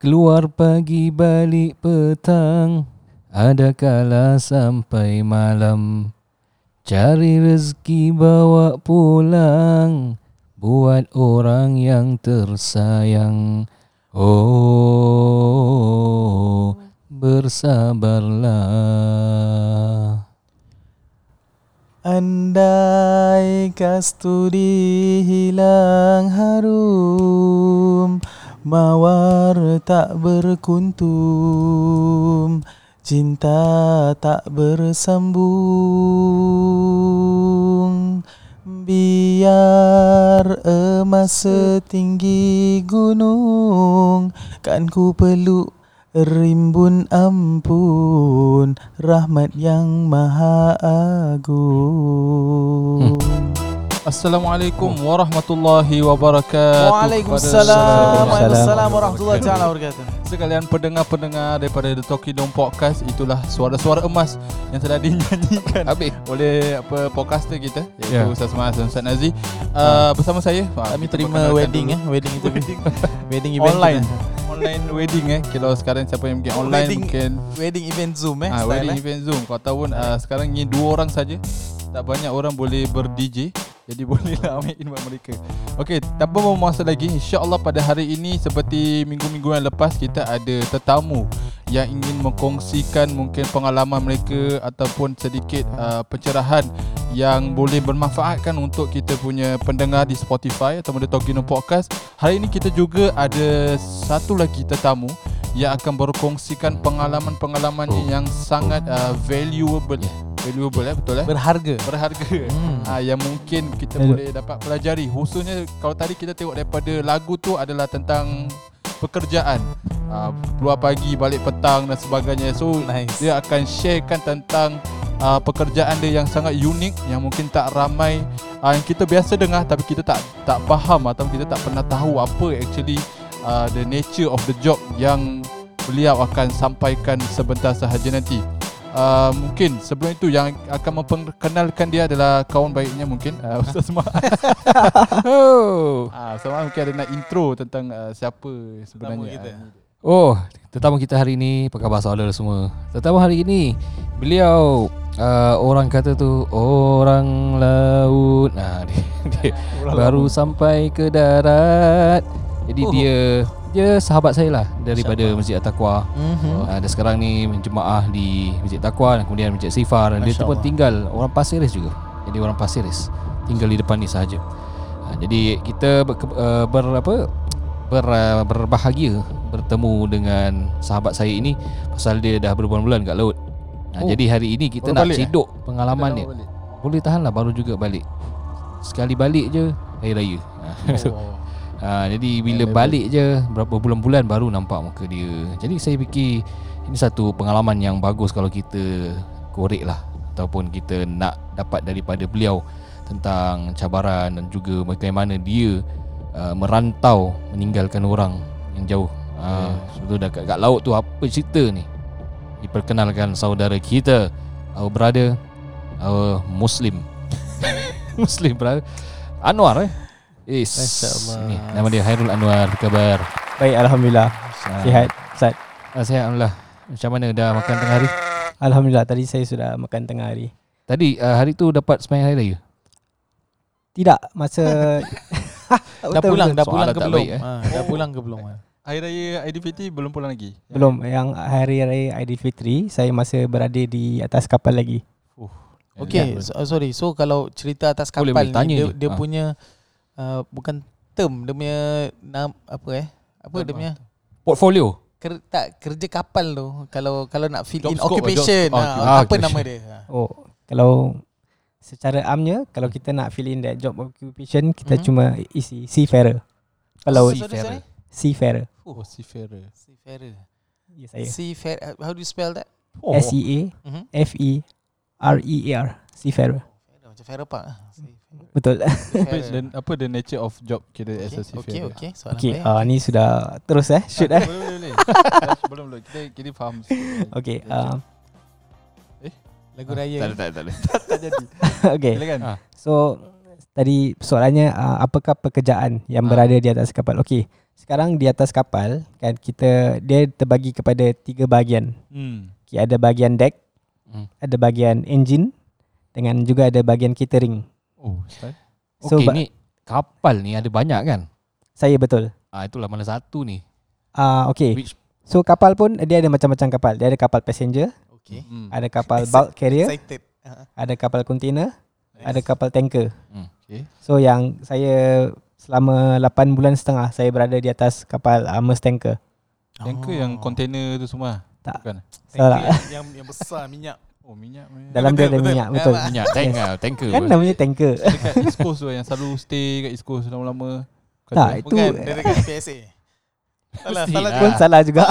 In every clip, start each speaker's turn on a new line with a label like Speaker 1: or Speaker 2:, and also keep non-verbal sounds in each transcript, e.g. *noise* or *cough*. Speaker 1: Keluar pagi balik petang Ada kala sampai malam Cari rezeki bawa pulang Buat orang yang tersayang Oh Bersabarlah
Speaker 2: Andai kasturi hilang harum Mawar tak berkuntum Cinta tak bersambung Biar emas setinggi gunung Kan ku peluk Rimbun ampun Rahmat yang maha agung
Speaker 3: Assalamualaikum warahmatullahi wabarakatuh.
Speaker 2: Waalaikumsalam Waalaikumsalam Warahmatullahi ta'ala wabarakatuh
Speaker 3: Sekalian pendengar-pendengar daripada The Talking Dome Podcast itulah suara-suara emas yang telah dinyanyikan
Speaker 1: Habis
Speaker 3: oleh apa podcaster kita iaitu
Speaker 1: Ya.
Speaker 3: yeah. Ustaz Mas dan Ustaz Nazi. Uh, bersama saya. Ah,
Speaker 2: Kami
Speaker 3: kita
Speaker 2: terima
Speaker 3: perkenalkan
Speaker 2: wedding
Speaker 3: dulu.
Speaker 2: eh Wedding itu
Speaker 3: Wedding.
Speaker 2: *laughs* Wedding event
Speaker 3: online.
Speaker 2: kita.
Speaker 3: online wedding eh. Kalau sekarang siapa yang pergi online
Speaker 2: Wedding-
Speaker 3: mungkin
Speaker 2: Wedding event Zoom eh
Speaker 3: ah,
Speaker 2: style,
Speaker 3: wedding
Speaker 2: eh.
Speaker 3: event Zoom. Kau tahu pun ah, sekarang ni dua orang saja. Tak banyak orang boleh ber-DJ. Jadi *laughs* bolehlah ambil invite mereka. Okey, tanpa memuasa lagi, insya-Allah pada hari ini seperti minggu-minggu yang lepas kita ada tetamu yang ingin mengkongsikan mungkin pengalaman mereka ataupun sedikit uh, pencerahan yang boleh bermanfaatkan untuk kita punya pendengar di Spotify atau di Tokino Podcast. Hari ini kita juga ada satu lagi tetamu yang akan berkongsikan pengalaman-pengalaman
Speaker 1: Oh.
Speaker 3: yang sangat uh, valuable. Valuable eh betul eh?
Speaker 2: Berharga
Speaker 3: berharga
Speaker 2: Hmm.
Speaker 3: hmm. ha, yang mungkin kita
Speaker 2: Hello.
Speaker 3: boleh dapat pelajari khususnya kalau tadi kita tengok daripada lagu tu adalah tentang pekerjaan ha, keluar pagi balik petang dan sebagainya so
Speaker 2: Nice
Speaker 3: dia akan sharekan tentang uh, pekerjaan dia yang sangat unik yang mungkin tak ramai uh, yang kita biasa dengar tapi kita tak tak faham atau kita tak pernah tahu apa actually uh, the nature of the job yang beliau akan sampaikan sebentar sahaja nanti. Uh, mungkin sebelum itu yang akan memperkenalkan dia adalah kawan baiknya mungkin uh, *laughs* Ustaz Mak.
Speaker 1: Oh
Speaker 3: Ah, sama mungkin ada nak intro tentang uh, siapa sebenarnya.
Speaker 2: kita.
Speaker 1: Oh, tetamu kita hari ini apa khabar saudara semua? Tetamu hari ini beliau uh, orang kata tu orang laut. Nah, dia, *laughs* dia baru sampai ke darat. Jadi
Speaker 2: Oh.
Speaker 1: dia dia sahabat saya lah daripada Masjid At-Taqwa.
Speaker 2: Mhm.
Speaker 1: Uh, dan sekarang ni jemaah di Masjid Taqwa dan kemudian Masjid Sifar dan dia tu
Speaker 2: Masya
Speaker 1: pun
Speaker 2: Allah.
Speaker 1: tinggal orang Pasir Ris juga. Jadi orang Pasir Ris tinggal di depan ni sahaja. Uh, jadi kita ber, uh, ber apa ber, uh, berbahagia bertemu dengan sahabat saya ini pasal dia dah berbulan-bulan kat laut. Uh, oh,
Speaker 3: Oh,
Speaker 1: jadi hari ini kita nak
Speaker 3: baru balik, eh?
Speaker 1: ciduk pengalaman
Speaker 3: Kita
Speaker 1: dia.
Speaker 3: dah balik.
Speaker 1: Boleh tahan lah baru juga balik. Sekali balik je hari raya. Uh, *laughs* so,
Speaker 3: Oh.
Speaker 1: Ha, jadi bila
Speaker 3: level.
Speaker 1: balik je berapa bulan-bulan baru nampak muka dia. Jadi saya fikir ini satu pengalaman yang bagus kalau kita korek lah ataupun kita nak dapat daripada beliau tentang cabaran dan juga bagaimana dia uh, merantau meninggalkan orang yang jauh. Ha, sebetulnya dekat kat laut tu apa cerita ni? Diperkenalkan saudara kita, our brother, our Muslim. *laughs* Muslim brother. Anwar eh. Is.
Speaker 2: Masya Allah.
Speaker 1: Ni, nama dia Hairul Anwar. Apa khabar?
Speaker 4: Baik Alhamdulillah Sihat Sat
Speaker 1: Ah, sihat Alhamdulillah. Macam mana dah makan tengah hari?
Speaker 4: Alhamdulillah tadi saya sudah makan tengah hari
Speaker 1: Tadi uh, hari tu dapat semayang hari raya?
Speaker 4: Tidak Masa
Speaker 2: Dah
Speaker 4: Betul,
Speaker 2: pulang Dah
Speaker 1: Soalan
Speaker 2: pulang ke
Speaker 1: tak
Speaker 2: belum
Speaker 1: baik, eh.
Speaker 2: Ah, Dah pulang ke belum ah?
Speaker 3: Hari Raya Aidilfitri belum pulang lagi.
Speaker 4: Belum Yang hari raya Aidilfitri Saya masa berada di atas kapal lagi
Speaker 2: Okay, so, uh, sorry. So kalau cerita atas kapal
Speaker 1: Boleh, boleh.
Speaker 2: ni,
Speaker 1: Tanya
Speaker 2: dia,
Speaker 1: je.
Speaker 2: dia
Speaker 3: Ah.
Speaker 1: Ha.
Speaker 2: punya uh, bukan term, dia punya nam, apa eh? Apa dia punya?
Speaker 1: Portfolio?
Speaker 2: Ker, tak kerja kapal tu. Kalau kalau nak fill
Speaker 3: Job
Speaker 2: in
Speaker 3: scope,
Speaker 2: occupation,
Speaker 3: job-
Speaker 2: ha,
Speaker 1: ah,
Speaker 2: apa
Speaker 1: occupation.
Speaker 2: nama
Speaker 3: *laughs*
Speaker 2: dia? Ha.
Speaker 4: Oh Kalau Secara amnya Kalau kita nak fill in that job occupation Kita
Speaker 2: Mhm.
Speaker 4: cuma isi Seafarer Kalau
Speaker 2: Sorry, sorry, sorry.
Speaker 4: Seafarer
Speaker 3: Oh, seafarer.
Speaker 2: Seafarer.
Speaker 4: Ya saya
Speaker 2: Seafarer. uh, How do you spell that?
Speaker 3: Oh.
Speaker 4: E.
Speaker 2: Mhm.
Speaker 4: S-E-A-F-E-R-E-E-R E Seafarer
Speaker 2: Farer, Macam Farah Park. ah. Seafarer.
Speaker 4: Betul
Speaker 3: Wait,
Speaker 2: Seafarer.
Speaker 3: then apa the nature of job kita Kan? okay. as a
Speaker 2: Okay, okay,
Speaker 3: seafarer?
Speaker 2: okay. Soalan
Speaker 4: Okay
Speaker 2: baik.
Speaker 4: uh, Ni sudah Terus eh Shoot
Speaker 3: *laughs*
Speaker 4: eh
Speaker 3: Boleh, boleh, boleh. Dah, Belum, belum. Kita, kita faham.
Speaker 4: Okay uh,
Speaker 2: Lagu raya.
Speaker 3: Tak ada, tak ada, tak ada. *laughs* tak jadi.
Speaker 4: *laughs* Okay
Speaker 3: Silakan.
Speaker 1: Ah.
Speaker 4: So tadi soalannya uh, apakah pekerjaan
Speaker 3: Ah.
Speaker 4: yang berada di atas kapal? Okey. sekarang di atas kapal kan kita dia terbagi kepada tiga bahagian.
Speaker 3: Hmm.
Speaker 4: Okay, ada bahagian deck,
Speaker 1: Hmm.
Speaker 4: ada bahagian engine dengan juga ada bahagian catering.
Speaker 3: Oh, style.
Speaker 4: So
Speaker 1: Okey
Speaker 4: ba-
Speaker 1: ni kapal ni ada banyak kan?
Speaker 4: saya betul.
Speaker 1: Ah itulah mana satu ni.
Speaker 4: Ah okay.
Speaker 1: Which
Speaker 4: So kapal pun dia ada macam-macam kapal. Dia ada kapal passenger,
Speaker 2: Okay.
Speaker 3: Hmm.
Speaker 4: ada kapal
Speaker 2: Exci-
Speaker 4: bulk carrier,
Speaker 2: Excited. Ha.
Speaker 4: ada kapal container, ada kapal tanker.
Speaker 1: Hmm,
Speaker 3: okay.
Speaker 4: So yang saya selama 8 bulan setengah saya berada di atas kapal Amos tanker.
Speaker 3: Tanker
Speaker 4: Oh.
Speaker 3: yang container tu semua.
Speaker 4: Tak.
Speaker 3: Bukan.
Speaker 4: Salah.
Speaker 2: Oh. yang, yang besar minyak.
Speaker 3: Oh, minyak. minyak.
Speaker 4: Dalam dia ada
Speaker 2: Betul, betul.
Speaker 4: minyak betul.
Speaker 2: Memang.
Speaker 1: minyak tank ah, tanker.
Speaker 4: Kan namanya tanker.
Speaker 3: Dekat East Coast tu yang selalu stay kat East Coast lama-lama. Bukan
Speaker 4: Tak,
Speaker 3: tu, eh?
Speaker 4: itu
Speaker 2: Bukan, dia dekat PSA. Salah,
Speaker 1: Mesti
Speaker 2: salah
Speaker 1: lah.
Speaker 4: pun salah juga.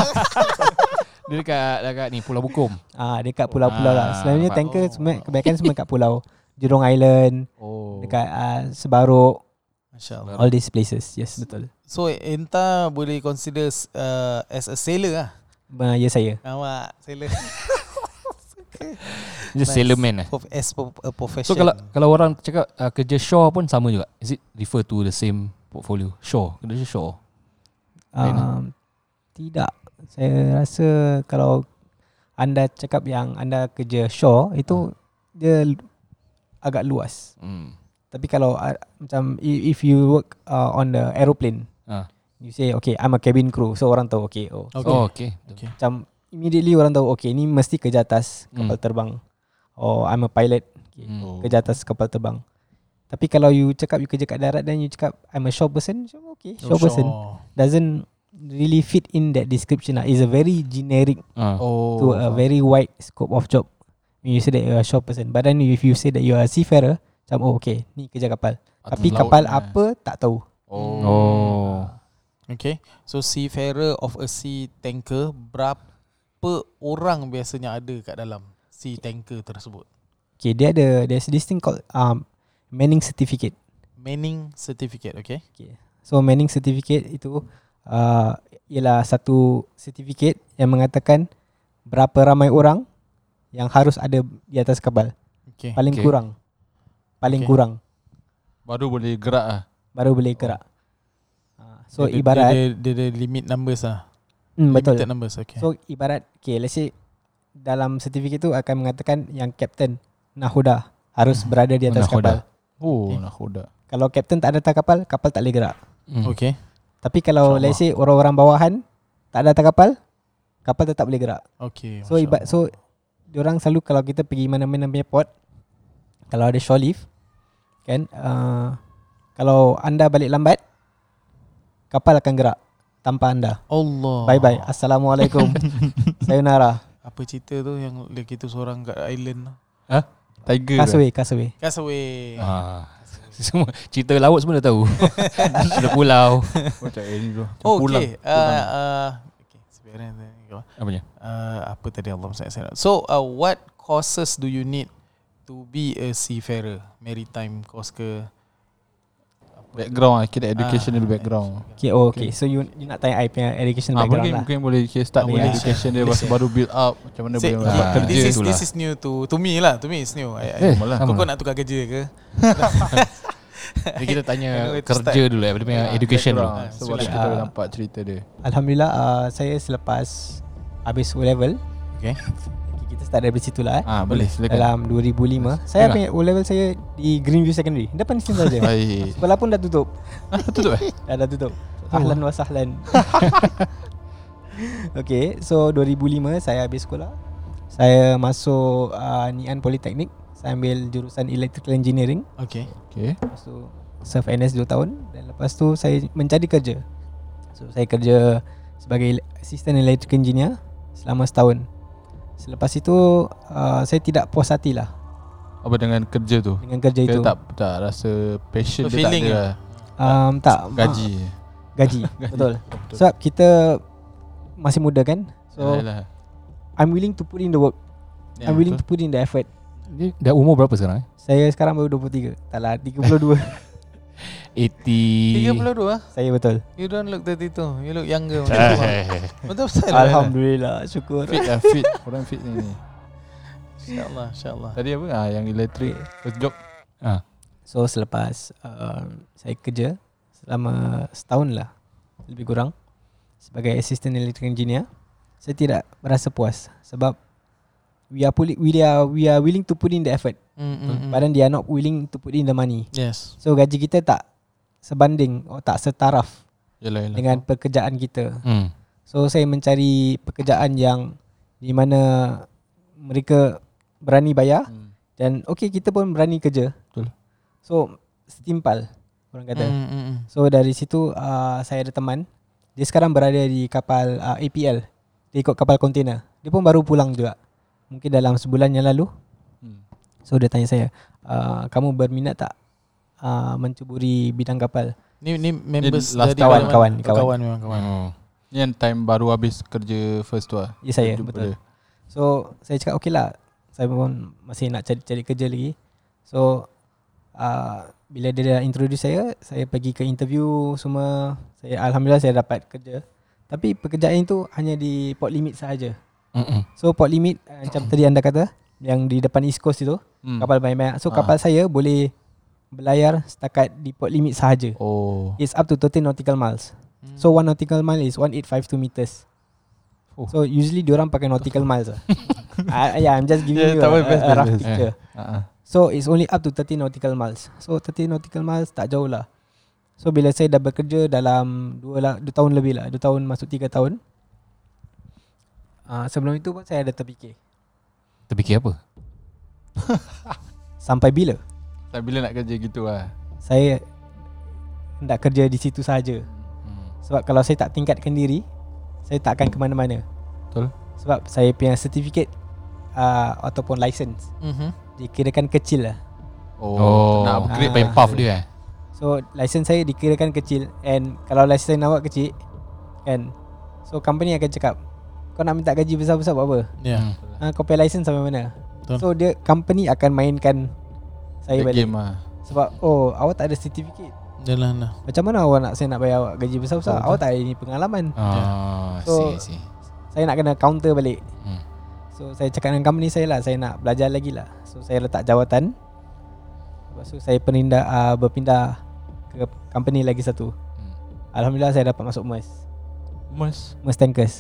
Speaker 1: Dia dekat dekat ni Pulau Bukom.
Speaker 4: Ah dekat pulau-pulau lah.
Speaker 1: Ah,
Speaker 4: Selalunya
Speaker 1: nampak.
Speaker 4: tanker
Speaker 3: Oh.
Speaker 4: semua kebanyakan semua kat pulau. Jurong Island,
Speaker 3: Oh.
Speaker 4: dekat uh, Sebarok,
Speaker 2: Masya Allah.
Speaker 4: all these places. Yes, betul.
Speaker 2: So, Enta boleh consider uh, as a sailor lah.
Speaker 4: Uh, ya saya.
Speaker 2: Awak, *laughs* sailor.
Speaker 1: Just
Speaker 2: Nice.
Speaker 1: sailor man eh.
Speaker 2: Prof- As pro- a profession.
Speaker 1: So kalau kalau orang cakap uh, kerja shore pun sama juga. Is it refer to the same portfolio? Shore, kerja shore. Lain lah.
Speaker 4: Um, tidak. Saya rasa kalau anda cakap yang anda kerja shore itu dia lu- agak luas.
Speaker 1: Hmm.
Speaker 4: Tapi kalau uh, macam i- if you work uh, on the aeroplane,
Speaker 1: Ah.
Speaker 4: you say okay, I'm a cabin crew, so orang tahu okay. Oh,
Speaker 1: Okay. Oh, okay.
Speaker 2: Okay.
Speaker 4: macam immediately orang tahu okay, ni mesti kerja atas kapal
Speaker 1: Hmm.
Speaker 4: terbang. Or I'm a pilot, okay,
Speaker 1: Hmm.
Speaker 3: Oh.
Speaker 4: kerja atas kapal terbang. Tapi kalau you cakap you kerja kat darat then you cakap I'm a shore person, so okay,
Speaker 3: Oh,
Speaker 4: shore person. doesn't really fit in that description lah. It's a very generic
Speaker 1: Ah.
Speaker 3: Oh.
Speaker 4: to a very wide scope of job. When you say that you're a shore person, but then if you say that you're a seafarer, macam oh okay, ni kerja kapal.
Speaker 3: Atas
Speaker 4: Tapi
Speaker 3: laut eh.
Speaker 4: kapal
Speaker 3: ni.
Speaker 4: apa tak tahu.
Speaker 3: Oh.
Speaker 1: Oh.
Speaker 2: Okay. So, seafarer of a sea tanker, berapa orang biasanya ada kat dalam sea tanker tersebut?
Speaker 4: Okay, dia ada there's this thing called um manning certificate.
Speaker 2: Manning certificate, okay?
Speaker 4: So manning certificate itu uh, ialah satu certificate yang mengatakan berapa ramai orang yang harus ada di atas kapal.
Speaker 2: Okay.
Speaker 4: Paling
Speaker 1: Okay.
Speaker 4: kurang. Paling
Speaker 2: Okay.
Speaker 4: kurang
Speaker 3: Baru boleh gerak ah.
Speaker 4: baru boleh gerak. Ah, So
Speaker 2: Dia- dia-
Speaker 4: ibarat
Speaker 2: dia, dia, dia, dia limit numbers lah.
Speaker 4: Hmm, betul.
Speaker 2: Limited numbers, okay.
Speaker 4: So ibarat okay, let's say dalam sertifikat tu akan mengatakan yang captain nahoda harus berada di atas
Speaker 1: Nahoda.
Speaker 4: kapal. Eh.
Speaker 3: Oh, nak kodak.
Speaker 4: Kalau captain tak ada atas kapal, kapal tak boleh gerak.
Speaker 1: Hmm.
Speaker 2: okay.
Speaker 4: Tapi kalau
Speaker 3: InsyaAllah.
Speaker 4: let's say orang-orang bawahan tak ada atas kapal, kapal tetap boleh gerak.
Speaker 2: Okay.
Speaker 3: Ya,
Speaker 4: So
Speaker 2: Masya
Speaker 4: ibarat so orang selalu kalau kita pergi mana-mana punya port kalau ada shore leave kan uh, kalau anda balik lambat kapal akan gerak tanpa anda.
Speaker 2: Allah.
Speaker 3: Oh.
Speaker 4: Bye bye. Assalamualaikum.
Speaker 3: *laughs*
Speaker 4: Sayonara.
Speaker 2: Apa cerita tu yang dia kita seorang kat island tu?
Speaker 3: Tiger.
Speaker 4: Kasui, kasui.
Speaker 2: Castaway. Ha.
Speaker 1: Ah. *laughs* Semua cerita laut semua dah tahu. *laughs* Cerita pulau.
Speaker 3: Lah. Macam ini tu.
Speaker 2: Oh,
Speaker 3: Pulang.
Speaker 2: okay. Uh, uh, okay. Sebenarnya saya-
Speaker 1: Apanya?
Speaker 2: uh, apa tadi Allah SWT. So, uh, what courses do you need to be a seafarer? Maritime course ke?
Speaker 3: Background ah, kira educational background.
Speaker 4: Okay, oh, okay. So you, you nak tanya I punya education
Speaker 3: Ah, mungkin
Speaker 4: background lah.
Speaker 3: mungkin boleh kita
Speaker 2: Ah,
Speaker 3: start dengan
Speaker 2: boleh share.
Speaker 3: education dia
Speaker 2: Boleh
Speaker 3: baru baru build up macam mana
Speaker 2: Say,
Speaker 3: boleh
Speaker 1: yeah.
Speaker 3: dapat
Speaker 1: Ah,
Speaker 3: kerja.
Speaker 2: this is
Speaker 1: itulah.
Speaker 2: this is new to to me lah. To me it's new.
Speaker 1: Eh,
Speaker 2: I, I,
Speaker 3: malah.
Speaker 1: sama
Speaker 2: kau, kau
Speaker 1: lah.
Speaker 2: nak tukar kerja ke?
Speaker 1: Jadi *laughs* kita tanya
Speaker 2: Anyway, to
Speaker 1: kerja dulu eh, dia punya
Speaker 3: Ah,
Speaker 1: education dulu.
Speaker 3: background. So baru
Speaker 2: Silakan.
Speaker 3: kita
Speaker 4: Ah.
Speaker 3: nampak cerita dia.
Speaker 4: Alhamdulillah uh, saya selepas habis O level.
Speaker 2: Okay.
Speaker 4: Okay, kita start dari situ lah eh.
Speaker 3: Ah, boleh silakan. lah.
Speaker 4: Dalam 2005 Saya
Speaker 1: Tengah.
Speaker 4: punya O level saya Di Greenview Secondary Depan sini
Speaker 3: *laughs*
Speaker 4: saja
Speaker 3: Oh, Baik.
Speaker 4: Sekolah pun dah tutup
Speaker 3: *laughs* Tutup eh?
Speaker 4: Dah dah tutup Ahlan wa
Speaker 3: *laughs*
Speaker 4: sahlan Okay So 2005 saya habis sekolah Saya masuk uh, Nian Polytechnic Saya ambil jurusan Electrical Engineering
Speaker 2: Okay.
Speaker 3: Okay.
Speaker 4: Lepas tu serve NS 2 tahun dan lepas tu saya mencari kerja. So saya kerja sebagai ele- assistant electrical engineer selama setahun. Selepas itu uh, saya tidak puas hati lah
Speaker 3: Apa dengan kerja tu?
Speaker 4: dengan kerja
Speaker 3: Kita
Speaker 4: itu.
Speaker 3: tak tak rasa passion dia tak
Speaker 2: Feeling
Speaker 3: ada.
Speaker 2: ah.
Speaker 3: lah.
Speaker 4: Um, tak
Speaker 3: Gaji.
Speaker 4: ma- gaji.
Speaker 3: *laughs*
Speaker 4: Betul.
Speaker 3: Betul.
Speaker 4: Sebab kita masih muda kan. So
Speaker 3: Yalah.
Speaker 4: I'm willing to put in the work.
Speaker 3: Ya,
Speaker 4: I'm willing
Speaker 3: betul.
Speaker 4: to put in the effort.
Speaker 1: Dia dah umur berapa sekarang eh?
Speaker 4: Saya sekarang baru 23. Tak lah
Speaker 3: *laughs*
Speaker 4: 32.
Speaker 1: 80
Speaker 2: 32 ah.
Speaker 4: saya betul.
Speaker 2: You don't look 32. You look younger.
Speaker 1: Ah, *laughs* eh,
Speaker 2: Betul
Speaker 1: eh.
Speaker 2: betul betul.
Speaker 4: Alhamdulillah
Speaker 3: lah.
Speaker 4: syukur.
Speaker 3: fit
Speaker 4: *laughs*
Speaker 3: lah fit. Orang fit ni.
Speaker 2: Insya-Allah, insya-Allah.
Speaker 3: Tadi apa? Ah yang elektrik first job.
Speaker 1: Ah,
Speaker 4: um, So selepas uh, saya kerja selama setahun lah lebih kurang sebagai assistant electrical engineer saya tidak merasa puas sebab we are pulling, we are we are willing to put in the effort
Speaker 2: Mm, mm, mm.
Speaker 3: Mm-hmm.
Speaker 4: but then they are not willing to put in the money
Speaker 2: Yes.
Speaker 4: so gaji kita tak sebanding atau tak setaraf
Speaker 3: Yalah yalah.
Speaker 4: dengan pekerjaan kita
Speaker 1: Hmm.
Speaker 4: So saya mencari pekerjaan yang di mana mereka berani bayar
Speaker 3: Hmm.
Speaker 4: dan okey kita pun berani kerja.
Speaker 3: Betul.
Speaker 4: So setimpal orang kata.
Speaker 2: Mm, mm, mm.
Speaker 4: So dari situ uh, saya ada teman. Dia sekarang berada di kapal uh, APL. Dia ikut kapal kontainer. Dia pun baru pulang juga. Mungkin dalam sebulan yang lalu.
Speaker 3: Hmm.
Speaker 4: So dia tanya saya, uh, kamu berminat tak uh, mencuburi bidang kapal?
Speaker 2: Ni ni members
Speaker 3: last
Speaker 2: dari
Speaker 4: kawan,
Speaker 2: mana-mana?
Speaker 4: kawan,
Speaker 2: Oh,
Speaker 4: kawan.
Speaker 2: kawan memang kawan.
Speaker 1: Oh.
Speaker 3: Ni yang time baru habis kerja first tu lah.
Speaker 4: Ya saya,
Speaker 3: Jumpa dia.
Speaker 4: betul. So saya cakap okey lah Saya pun masih nak cari-cari kerja lagi So uh, Bila dia dah introduce saya Saya pergi ke interview semua saya Alhamdulillah saya dapat kerja Tapi pekerjaan itu hanya di port limit sahaja
Speaker 1: Mm-mm.
Speaker 4: So port limit uh, macam tadi anda kata Yang di depan East Coast itu
Speaker 3: Hmm.
Speaker 4: Kapal banyak-banyak So kapal saya boleh Berlayar setakat di port limit sahaja
Speaker 3: Oh.
Speaker 4: It's up to 13 nautical miles So
Speaker 3: Hmm.
Speaker 4: one nautical mile is 1852 meters
Speaker 3: Oh.
Speaker 4: So usually diorang pakai nautical miles
Speaker 3: *laughs*
Speaker 4: lah uh, Yeah I'm just giving
Speaker 3: Yeah,
Speaker 4: you
Speaker 3: tak
Speaker 4: a,
Speaker 3: apa,
Speaker 4: a,
Speaker 3: best,
Speaker 4: a
Speaker 3: best,
Speaker 4: rough
Speaker 3: best.
Speaker 4: picture
Speaker 3: Ha.
Speaker 4: So it's only up to 30 nautical miles So 30 nautical miles tak jauh lah So bila saya dah bekerja dalam 2 lah, dua tahun lebih lah 2 tahun masuk 3 tahun uh, Sebelum itu pun saya ada terfikir
Speaker 1: Terfikir apa?
Speaker 4: Sampai bila
Speaker 3: Tak bila nak kerja gitu lah.
Speaker 4: saya hendak kerja di situ sahaja
Speaker 3: Hmm.
Speaker 4: Sebab kalau saya tak tingkatkan diri Saya tak akan ke mana-mana
Speaker 3: Betul.
Speaker 4: Sebab saya punya sertifikat uh, Ataupun license
Speaker 2: Mhm.
Speaker 4: Dikirakan kecil lah
Speaker 3: Oh,
Speaker 1: Oh,
Speaker 3: nak
Speaker 1: upgrade
Speaker 3: upgrade
Speaker 1: by
Speaker 4: by
Speaker 1: puff dia eh.
Speaker 4: So license saya dikirakan kecil And kalau license awak kecil Kan So company akan cakap Kau nak minta gaji besar-besar buat apa
Speaker 2: Yeah.
Speaker 4: ha, Kau pay license sampai mana
Speaker 2: Betul.
Speaker 4: So dia company akan mainkan Saya
Speaker 3: the
Speaker 4: balik
Speaker 3: game lah.
Speaker 4: Sebab oh awak tak ada sertifikat
Speaker 2: Jalan lah.
Speaker 4: Macam mana awak nak saya nak bayar awak gaji besar-besar
Speaker 3: Betul,
Speaker 4: Awak tak ada ni pengalaman
Speaker 1: Ah,
Speaker 4: So-
Speaker 1: so, see, see.
Speaker 4: saya nak kena counter balik.
Speaker 1: Hmm.
Speaker 4: Hmm. So saya cakap dengan company saya lah saya nak belajar lagi lah. So saya letak jawatan. Lepas tu saya perindah uh, berpindah ke company lagi satu.
Speaker 1: Hmm.
Speaker 4: Alhamdulillah saya dapat masuk E MERS.
Speaker 3: Mas.
Speaker 4: MERS E Tankers.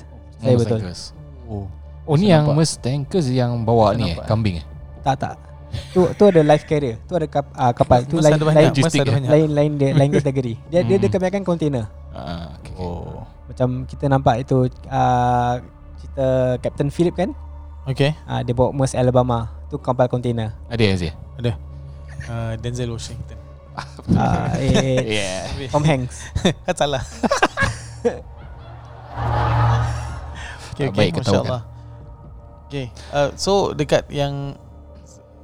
Speaker 4: Saya
Speaker 1: E
Speaker 4: betul.
Speaker 1: Tankers.
Speaker 3: Oh.
Speaker 1: Oh, ni yang
Speaker 3: Saya nampak.
Speaker 1: Mas Tankers yang bawa
Speaker 3: Saya
Speaker 1: ni eh,
Speaker 3: nampak.
Speaker 1: kambing eh.
Speaker 4: Tak tak. Tu tu ada life carrier. Tu ada kap, uh, kapal. Tu
Speaker 2: Mas E
Speaker 4: lain
Speaker 2: ada banyak.
Speaker 4: lain
Speaker 2: Mas
Speaker 1: Logistik
Speaker 2: ada
Speaker 1: dia.
Speaker 2: banyak.
Speaker 4: lain lain dia lain kategori. Dia dia
Speaker 1: Hmm.
Speaker 4: dia kebanyakan container.
Speaker 1: Ah, okay. okay.
Speaker 3: Oh.
Speaker 4: Macam kita nampak itu uh, cerita Captain Philip kan?
Speaker 2: Okay.
Speaker 4: Uh, dia bawa MERS Alabama. Tu kapal container.
Speaker 1: Ada Azir?
Speaker 4: Eh,
Speaker 2: Uh, Denzel Washington.
Speaker 4: Uh, eh,
Speaker 1: Yeah.
Speaker 4: *laughs* Tom Hanks.
Speaker 2: kan salah. *laughs* okay,
Speaker 1: Tak
Speaker 2: okay,
Speaker 1: baik kau tahu
Speaker 2: masya-Allah. Okay. Uh, so dekat yang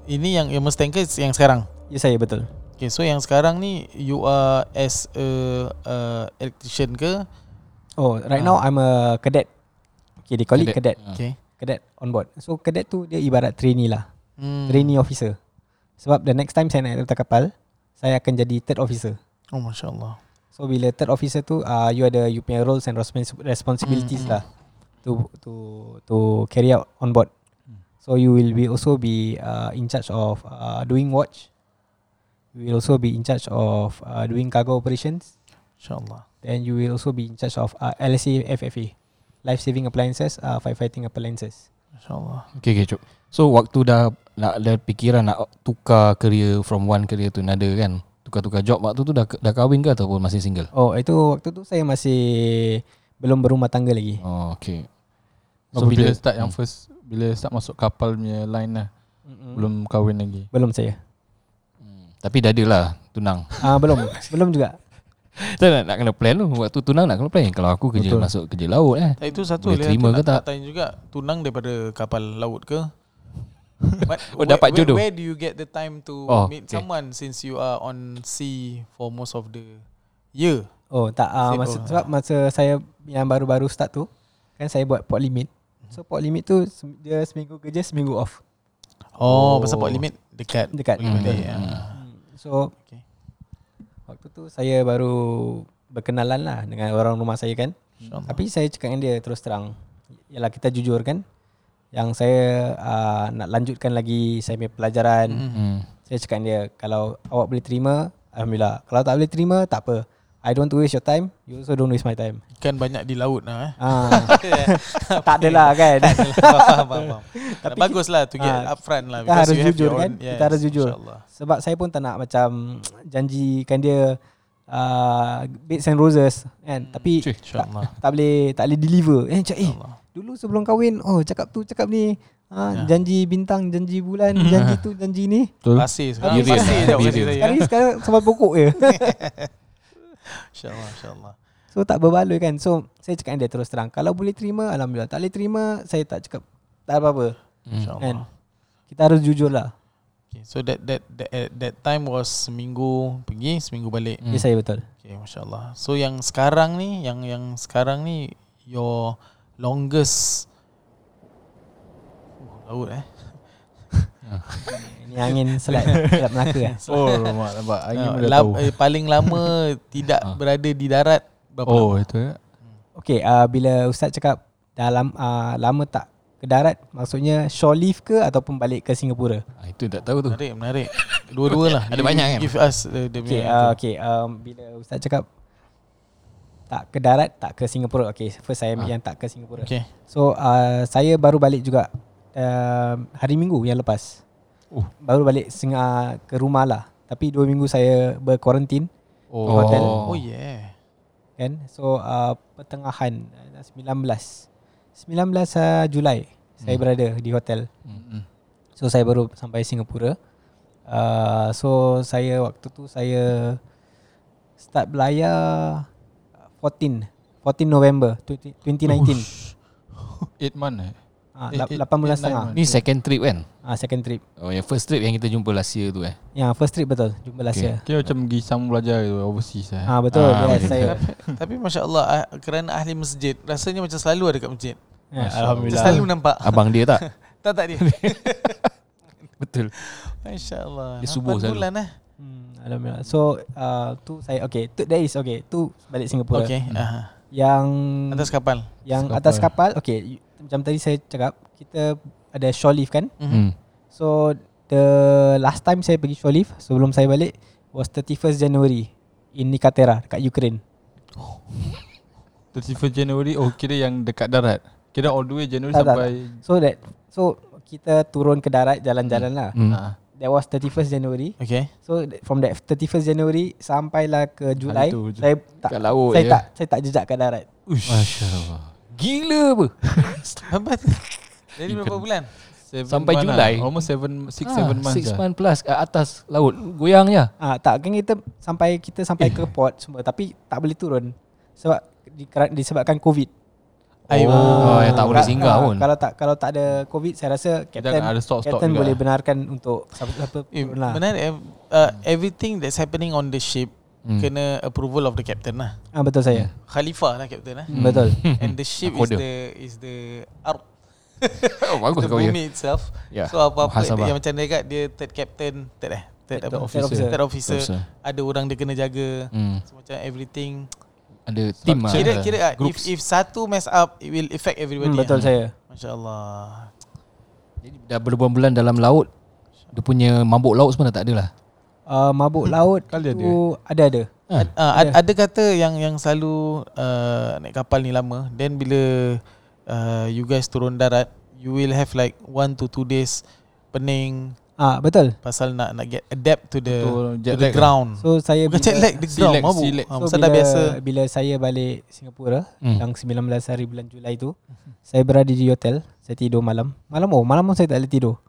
Speaker 2: ini yang yang Mustang ke yang sekarang?
Speaker 4: Ya saya betul.
Speaker 2: Okay, so yang sekarang ni you are as a uh, electrician ke?
Speaker 4: Oh, right now I'm a cadet. Okay, they call
Speaker 1: Cadet.
Speaker 4: it cadet.
Speaker 2: Okay.
Speaker 4: Cadet on board. So cadet tu dia ibarat trainee lah.
Speaker 2: Hmm.
Speaker 4: Trainee officer. Sebab the next time saya naik atas kapal, saya akan jadi third officer.
Speaker 2: Oh, masya-Allah.
Speaker 4: So bila third officer tu, uh, you ada you punya roles and respons- responsibilities lah to to to carry out on board. So you will be also be uh, in charge of uh, doing watch. You will also be in charge of uh, doing cargo operations.
Speaker 2: Masya-Allah.
Speaker 4: Then you will also be in charge of uh, LSA FFA, life saving appliances, uh, firefighting appliances.
Speaker 2: Masya-Allah.
Speaker 1: Okay, okay, cuk. So, waktu dah nak dah fikiran nak tukar career from one career to another kan. Tukar-tukar job waktu tu dah dah kahwin ke ataupun masih single?
Speaker 4: Oh, itu waktu tu saya masih belum berumah tangga lagi.
Speaker 1: Oh, okay. Hmm.
Speaker 3: So bila, Hmm. start
Speaker 1: yang
Speaker 3: yang first bila start masuk kapal punya line lah.
Speaker 4: Mm-mm.
Speaker 3: Belum kahwin lagi.
Speaker 4: belum saya.
Speaker 1: Tapi dah ada lah tunang.
Speaker 4: Ah belum, belum juga.
Speaker 1: *laughs* tak nak, nak kena plan tu. Waktu tunang nak kena plan. Kalau aku kerja
Speaker 3: Betul.
Speaker 1: masuk kerja laut eh.
Speaker 2: Tak itu satu
Speaker 1: Boleh
Speaker 2: lah,
Speaker 1: terima ke
Speaker 2: tu nak- nak
Speaker 1: tak?
Speaker 2: Tanya juga tunang daripada kapal laut
Speaker 1: *laughs*
Speaker 2: ke? But
Speaker 1: Oh, dapat
Speaker 2: where,
Speaker 1: jodoh.
Speaker 2: Where do you get the time to
Speaker 1: Oh,
Speaker 2: meet
Speaker 1: okay.
Speaker 2: someone since you are on sea for most of the year?
Speaker 4: Oh tak, ah,
Speaker 2: Sibuk
Speaker 4: masa,
Speaker 2: lah.
Speaker 4: sebab masa saya yang baru-baru start tu, kan saya buat port limit. So port limit tu sem- dia seminggu kerja seminggu off.
Speaker 2: Oh,
Speaker 3: Oh.
Speaker 2: pasal port limit dekat.
Speaker 4: Dekat.
Speaker 2: Boleh
Speaker 1: Hmm.
Speaker 2: balik, ya.
Speaker 4: So
Speaker 2: Okay.
Speaker 4: waktu tu saya baru berkenalan lah dengan orang rumah saya kan.
Speaker 2: InsyaAllah.
Speaker 4: Tapi saya cakap dengan dia terus terang Yalah kita jujur kan Yang saya uh, nak lanjutkan lagi Saya punya pelajaran
Speaker 2: Mm.
Speaker 1: Hmm.
Speaker 4: Saya cakap dengan dia Kalau awak boleh terima Alhamdulillah Kalau tak boleh terima tak apa I don't want to waste your time You also don't waste my time
Speaker 2: Ikan banyak di laut
Speaker 4: *laughs*
Speaker 2: lah eh. *laughs*
Speaker 4: ah, Tak
Speaker 2: Apa
Speaker 4: adalah kan
Speaker 2: Tak adalah. Faham, faham, faham.
Speaker 4: Tapi
Speaker 2: Baguslah to get
Speaker 4: Ah,
Speaker 2: upfront lah
Speaker 4: kita
Speaker 2: because
Speaker 4: harus
Speaker 2: you have
Speaker 4: jujur
Speaker 2: your
Speaker 4: kan?
Speaker 2: own-
Speaker 4: Kita harus jujur.
Speaker 2: insyaallah.
Speaker 4: *laughs* Sebab saya pun tak nak macam Janjikan dia uh, Bits and roses kan? Tapi
Speaker 1: Cik.
Speaker 2: InsyaAllah
Speaker 4: tak boleh tak boleh deliver. Eh cak eh
Speaker 2: InsyaAllah
Speaker 4: dulu sebelum kahwin oh cakap tu cakap ni. Ha,
Speaker 2: Ya.
Speaker 4: janji bintang,
Speaker 2: *laughs*
Speaker 4: janji bulan, janji tu, janji ni.
Speaker 2: Pasir
Speaker 1: Be
Speaker 2: sekarang
Speaker 1: real
Speaker 2: Pasir
Speaker 1: lah,
Speaker 2: je
Speaker 1: be
Speaker 2: pasir
Speaker 1: real.
Speaker 2: saya
Speaker 4: Sekarang sekarang sampai pokok
Speaker 2: *laughs*
Speaker 4: je.
Speaker 2: InsyaAllah InsyaAllah
Speaker 4: so tak berbaloi kan. So saya cakap dengan dia terus terang. Kalau boleh terima alhamdulillah. Tak boleh terima saya tak cakap tak apa-apa.
Speaker 1: Hmm.
Speaker 2: InsyaAllah
Speaker 4: Kan. Kita harus jujur lah.
Speaker 2: okay, So that, that that at that time was Seminggu pergi Seminggu balik
Speaker 4: Hmm. Ya saya betul.
Speaker 2: Okay MasyaAllah So yang sekarang ni Yang yang sekarang ni Your longest Oh, Laut eh
Speaker 4: Ini angin selat selat Melaka kan.
Speaker 3: Oh mak nampak Angin
Speaker 2: Ah,
Speaker 3: pun dah
Speaker 2: lam-
Speaker 3: tahu
Speaker 2: eh, Paling
Speaker 4: *laughs*
Speaker 2: lama Tidak
Speaker 1: Ah.
Speaker 2: berada di darat Berapa
Speaker 3: Oh
Speaker 2: lama?
Speaker 3: itu ya
Speaker 4: Okey, uh, bila ustaz cakap dalam uh, lama tak ke darat maksudnya shore leave ke ataupun balik ke Singapura?
Speaker 1: Ah, Itu tak tahu tu
Speaker 2: Menarik menarik Dua-dua lah
Speaker 1: *laughs* Ada
Speaker 2: You
Speaker 1: banyak kan?
Speaker 2: Give us uh, the
Speaker 4: Okay,
Speaker 2: punya
Speaker 4: uh,
Speaker 2: tu.
Speaker 4: okay. Um, bila Ustaz cakap tak ke darat, tak ke Singapura. Okay, first saya ambil yang tak ke Singapura.
Speaker 2: Okay
Speaker 4: So, uh, saya baru balik juga uh, hari minggu yang lepas.
Speaker 3: Oh.
Speaker 4: Baru balik sing- uh, ke rumah lah. Tapi dua minggu saya berkuarantin
Speaker 3: Oh,
Speaker 4: Hotel.
Speaker 2: Oh yeah *laughs*
Speaker 4: kan. So, uh, pertengahan uh, 19. 19 uh, Julai saya berada di hotel.
Speaker 1: Mm-mm.
Speaker 4: So saya baru sampai Singapura. Uh, so saya waktu tu saya start belayar 14 14 November 20- 2019.
Speaker 3: Eight month eh eh,
Speaker 4: Ah, uh,
Speaker 3: eh,
Speaker 4: 8
Speaker 3: eh,
Speaker 4: bulan setengah.
Speaker 3: nine
Speaker 1: Ni second trip kan
Speaker 4: Ah, second trip.
Speaker 1: Oh yang first trip yang kita jumpa last year tu eh
Speaker 4: Ya, yeah, first trip betul. Jumpa last
Speaker 1: Okay.
Speaker 4: year.
Speaker 3: Kira macam pergi sama belajar gitu, overseas eh.
Speaker 4: Ah betul.
Speaker 1: Ah,
Speaker 4: yes,
Speaker 1: betul.
Speaker 4: saya.
Speaker 2: Tapi Masya Allah ah, Kerana ahli masjid Rasanya macam selalu ada kat masjid
Speaker 4: Ya,
Speaker 2: Macam
Speaker 4: Alhamdulillah.
Speaker 2: selalu nampak
Speaker 1: Abang dia tak
Speaker 2: Tak tak dia
Speaker 1: *laughs*
Speaker 4: *laughs*
Speaker 1: Betul
Speaker 2: Masya Allah
Speaker 1: Dia subuh
Speaker 2: Lapan
Speaker 1: selalu.
Speaker 2: bulan lah
Speaker 4: Hmm, Alhamdulillah. So uh, tu saya okay. Tu that is okay. Tu balik Singapura.
Speaker 2: Okay aha.
Speaker 4: Yang
Speaker 2: Atas kapal
Speaker 4: yang
Speaker 3: kapal.
Speaker 4: atas kapal. Okay, you- macam tadi saya cakap kita ada shore leave kan?
Speaker 1: hmm.
Speaker 4: So the last time saya pergi shore leave sebelum saya balik was 31st January in Nikatera dekat Ukraine.
Speaker 3: 31 Januari Oh kira yang dekat darat Kira all the way Januari
Speaker 4: Tak, tak,
Speaker 3: sampai
Speaker 4: So that so kita turun ke darat jalan-jalan lah.
Speaker 1: Hmm.
Speaker 3: Ah,
Speaker 4: That was 31st January.
Speaker 2: Okay
Speaker 4: So that- from that 31st January sampailah ke Julai
Speaker 3: tu je.
Speaker 4: saya tak
Speaker 1: Kat laut ya?
Speaker 4: saya
Speaker 1: je.
Speaker 4: tak saya tak jejak ke darat.
Speaker 1: Masya Allah Gila apa
Speaker 2: Apa tu? Jadi berapa bulan?
Speaker 3: seven
Speaker 1: Sampai
Speaker 3: month
Speaker 1: Julai.
Speaker 3: lah. Almost
Speaker 1: Ah,
Speaker 3: 7 6 7 months
Speaker 1: Six
Speaker 3: lah.
Speaker 1: month plus kat atas laut Goyang ya. je
Speaker 4: Ah tak kan kita sampai kita sampai
Speaker 1: *coughs*
Speaker 4: ke port semua tapi tak boleh turun sebab dikera- disebabkan COVID.
Speaker 1: Oh, yang tak boleh
Speaker 4: Ka-
Speaker 1: singgah
Speaker 4: ah,
Speaker 1: pun.
Speaker 4: Kalau tak kalau tak ada COVID saya rasa captain
Speaker 3: ada stok-stok
Speaker 4: captain
Speaker 3: juga.
Speaker 4: boleh benarkan untuk siapa-siapa
Speaker 2: Eh,
Speaker 4: turun lah.
Speaker 2: Benar eh, uh, Everything that's happening on the ship
Speaker 1: Hmm.
Speaker 2: Kena approval of the captain lah
Speaker 4: Ah betul
Speaker 1: Ya.
Speaker 4: saya.
Speaker 2: Khalifah lah captain lah
Speaker 4: Hmm. Betul.
Speaker 2: And the ship is
Speaker 1: Koda.
Speaker 2: the Is the Arab
Speaker 1: Oh bagus
Speaker 2: The
Speaker 1: kau ya
Speaker 2: bumi itself
Speaker 1: Ya,
Speaker 2: So apa-apa
Speaker 1: muhasabah.
Speaker 2: Yang macam dia kat Dia third captain Third eh Third, apa?
Speaker 4: officer.
Speaker 2: Third officer
Speaker 1: Officer.
Speaker 2: Ada orang dia kena jaga
Speaker 1: eh. Hmm.
Speaker 2: So macam everything
Speaker 1: Ada team lah
Speaker 3: Structure.
Speaker 2: Kira
Speaker 3: Ah,
Speaker 2: kira ah, if
Speaker 3: groups.
Speaker 2: if satu mess up it will affect
Speaker 4: Hmm,
Speaker 2: everybody.
Speaker 4: betul
Speaker 2: ah.
Speaker 4: saya.
Speaker 2: Masya-Allah.
Speaker 1: Jadi dah berbulan-bulan dalam laut Dia punya mabuk laut semua dah tak adalah
Speaker 4: Uh, mabuk
Speaker 2: Hmm.
Speaker 4: laut
Speaker 3: Kali ada.
Speaker 4: tu ada ada.
Speaker 1: Ah,
Speaker 2: Ad- ah, ad- ada kata yang yang selalu uh, naik kapal ni lama then bila uh, you guys turun darat you will have like one to two days pening
Speaker 4: Ah betul.
Speaker 2: pasal nak nak get adapt to the
Speaker 3: Betul, jet
Speaker 2: to the
Speaker 3: lag lah.
Speaker 2: ground. So,
Speaker 4: So saya
Speaker 2: Bukan jet lag, the
Speaker 3: Sea
Speaker 2: ground
Speaker 3: lag,
Speaker 2: mabuk.
Speaker 3: sea lag.
Speaker 2: Ah,
Speaker 4: So
Speaker 2: pasal
Speaker 4: bila,
Speaker 2: dah biasa.
Speaker 4: bila saya balik Singapura
Speaker 1: Hmm.
Speaker 4: yang 19 hari bulan Julai tu saya berada di hotel, saya tidur malam. Malam oh, malam pun saya tak boleh tidur.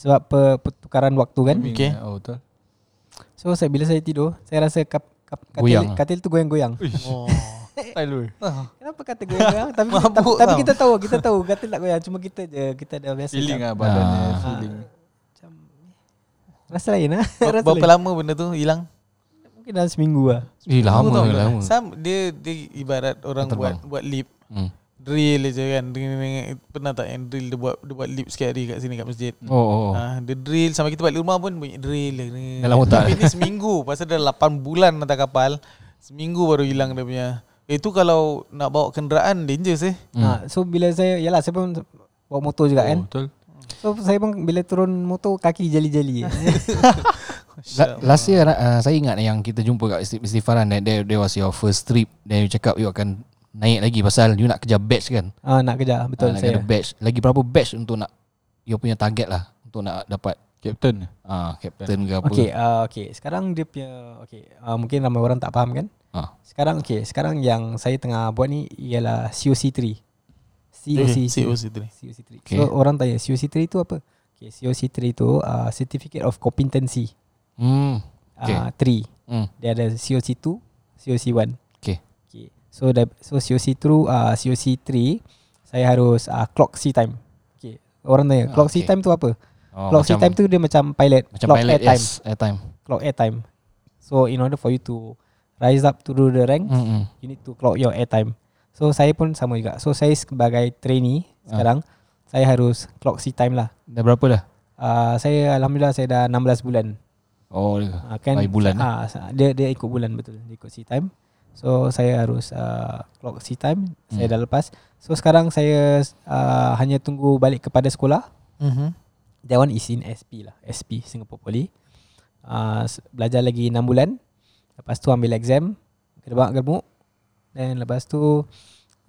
Speaker 4: Sebab per- pertukaran waktu kan.
Speaker 3: Timing,
Speaker 2: Okay.
Speaker 3: eh. Oh betul.
Speaker 4: So saya bila saya tidur, saya rasa kap, kap, katil,
Speaker 1: Goyang ah.
Speaker 4: katil tu goyang-goyang. Ah.
Speaker 2: Oh.
Speaker 4: *laughs* Kenapa kata goyang-goyang? tapi, kita, tapi,
Speaker 2: Mabuk
Speaker 4: tapi
Speaker 2: tau.
Speaker 4: kita tahu, kita tahu katil tak goyang. Cuma kita je, kita dah biasa.
Speaker 3: Feeling ah
Speaker 4: tak-
Speaker 3: badannya
Speaker 1: Ah.
Speaker 3: feeling.
Speaker 4: Macam, rasa lain lah.
Speaker 2: Ber-
Speaker 4: rasa
Speaker 2: Berapa
Speaker 4: lain.
Speaker 2: lama benda tu hilang?
Speaker 4: Mungkin dalam seminggu lah.
Speaker 1: Eh lama
Speaker 2: Tahu tak?
Speaker 1: lama
Speaker 2: Sam dia dia ibarat orang buat
Speaker 1: Terbang.
Speaker 2: buat lip
Speaker 1: hmm.
Speaker 2: drill je kan dengan, dengan, pernah tak yang drill dia buat dia buat lip sikit hari kat sini kat masjid
Speaker 1: Oh oh
Speaker 4: Ah,
Speaker 1: oh.
Speaker 2: ha, dia drill sampai kita balik rumah pun bunyi drill dia ni.
Speaker 1: Dalam otak.
Speaker 2: tapi ni seminggu pasal dah 8 bulan atas kapal seminggu baru hilang dia punya itu kalau nak bawa kenderaan dangerous eh
Speaker 4: Hmm. Ha, so bila saya, yalah saya pun bawa motor juga
Speaker 3: Oh
Speaker 4: kan.
Speaker 3: betul.
Speaker 1: *laughs*
Speaker 4: So saya pun bila turun motor, kaki jeli-jeli.
Speaker 1: La- Last year uh, saya ingat yang kita jumpa kat Istif- Istifaran that that, that was your first trip then you cakap you akan naik lagi pasal you nak kejar batch kan.
Speaker 4: Ah nak kejar
Speaker 1: Ah,
Speaker 4: betul
Speaker 1: nak
Speaker 4: saya.
Speaker 1: kena batch. Lagi berapa batch untuk nak you punya target lah untuk nak dapat
Speaker 3: Captain
Speaker 1: ah captain ke apa.
Speaker 4: Okey, uh, okey. Sekarang dia punya okey, uh, mungkin ramai orang tak faham kan?
Speaker 1: Ah.
Speaker 4: Sekarang okey, sekarang yang saya tengah buat ni ialah COC3. COC
Speaker 2: Eh, COC3
Speaker 4: COC3.
Speaker 1: Okey.
Speaker 4: So orang tanya COC3 itu apa? Okey, COC3 itu uh, Certificate of Competency
Speaker 1: Hmm. Okey.
Speaker 4: uh, 3.
Speaker 1: Hmm.
Speaker 4: Dia ada COC2, COC1.
Speaker 1: Okey.
Speaker 4: Okey. So dah, so COC3 uh, COC3 saya harus uh, clock C time. Okey. Orang
Speaker 1: Ah,
Speaker 4: tanya, clock C
Speaker 1: okey.
Speaker 4: time tu apa?
Speaker 1: Oh,
Speaker 4: clock C time tu dia macam pilot,
Speaker 1: macam
Speaker 4: clock
Speaker 1: pilot
Speaker 4: air time.
Speaker 1: yes, airtime.
Speaker 4: clock airtime. So in order for you to rise up to do the rank,
Speaker 1: Hmm. hmm.
Speaker 4: you need to clock your airtime. So saya pun sama juga. So saya sebagai trainee
Speaker 1: Ah.
Speaker 4: sekarang, saya harus clock C time lah.
Speaker 1: Dah berapa dah?
Speaker 4: Uh, saya alhamdulillah saya dah 16 bulan.
Speaker 1: Oh, dia.
Speaker 4: Uh, kan
Speaker 1: By bulan, eh?
Speaker 4: Ah, sa- dia dia ikut bulan betul. Dia ikut C time. So saya harus uh, clock C time. Saya
Speaker 1: Hmm.
Speaker 4: dah lepas. So sekarang saya uh, hanya tunggu balik kepada sekolah
Speaker 1: Mm-hmm.
Speaker 2: Mhm.
Speaker 4: That one is in SP lah SP Singapore Poly uh, Belajar lagi 6 bulan Lepas tu ambil exam Gerbak germuk Then lepas tu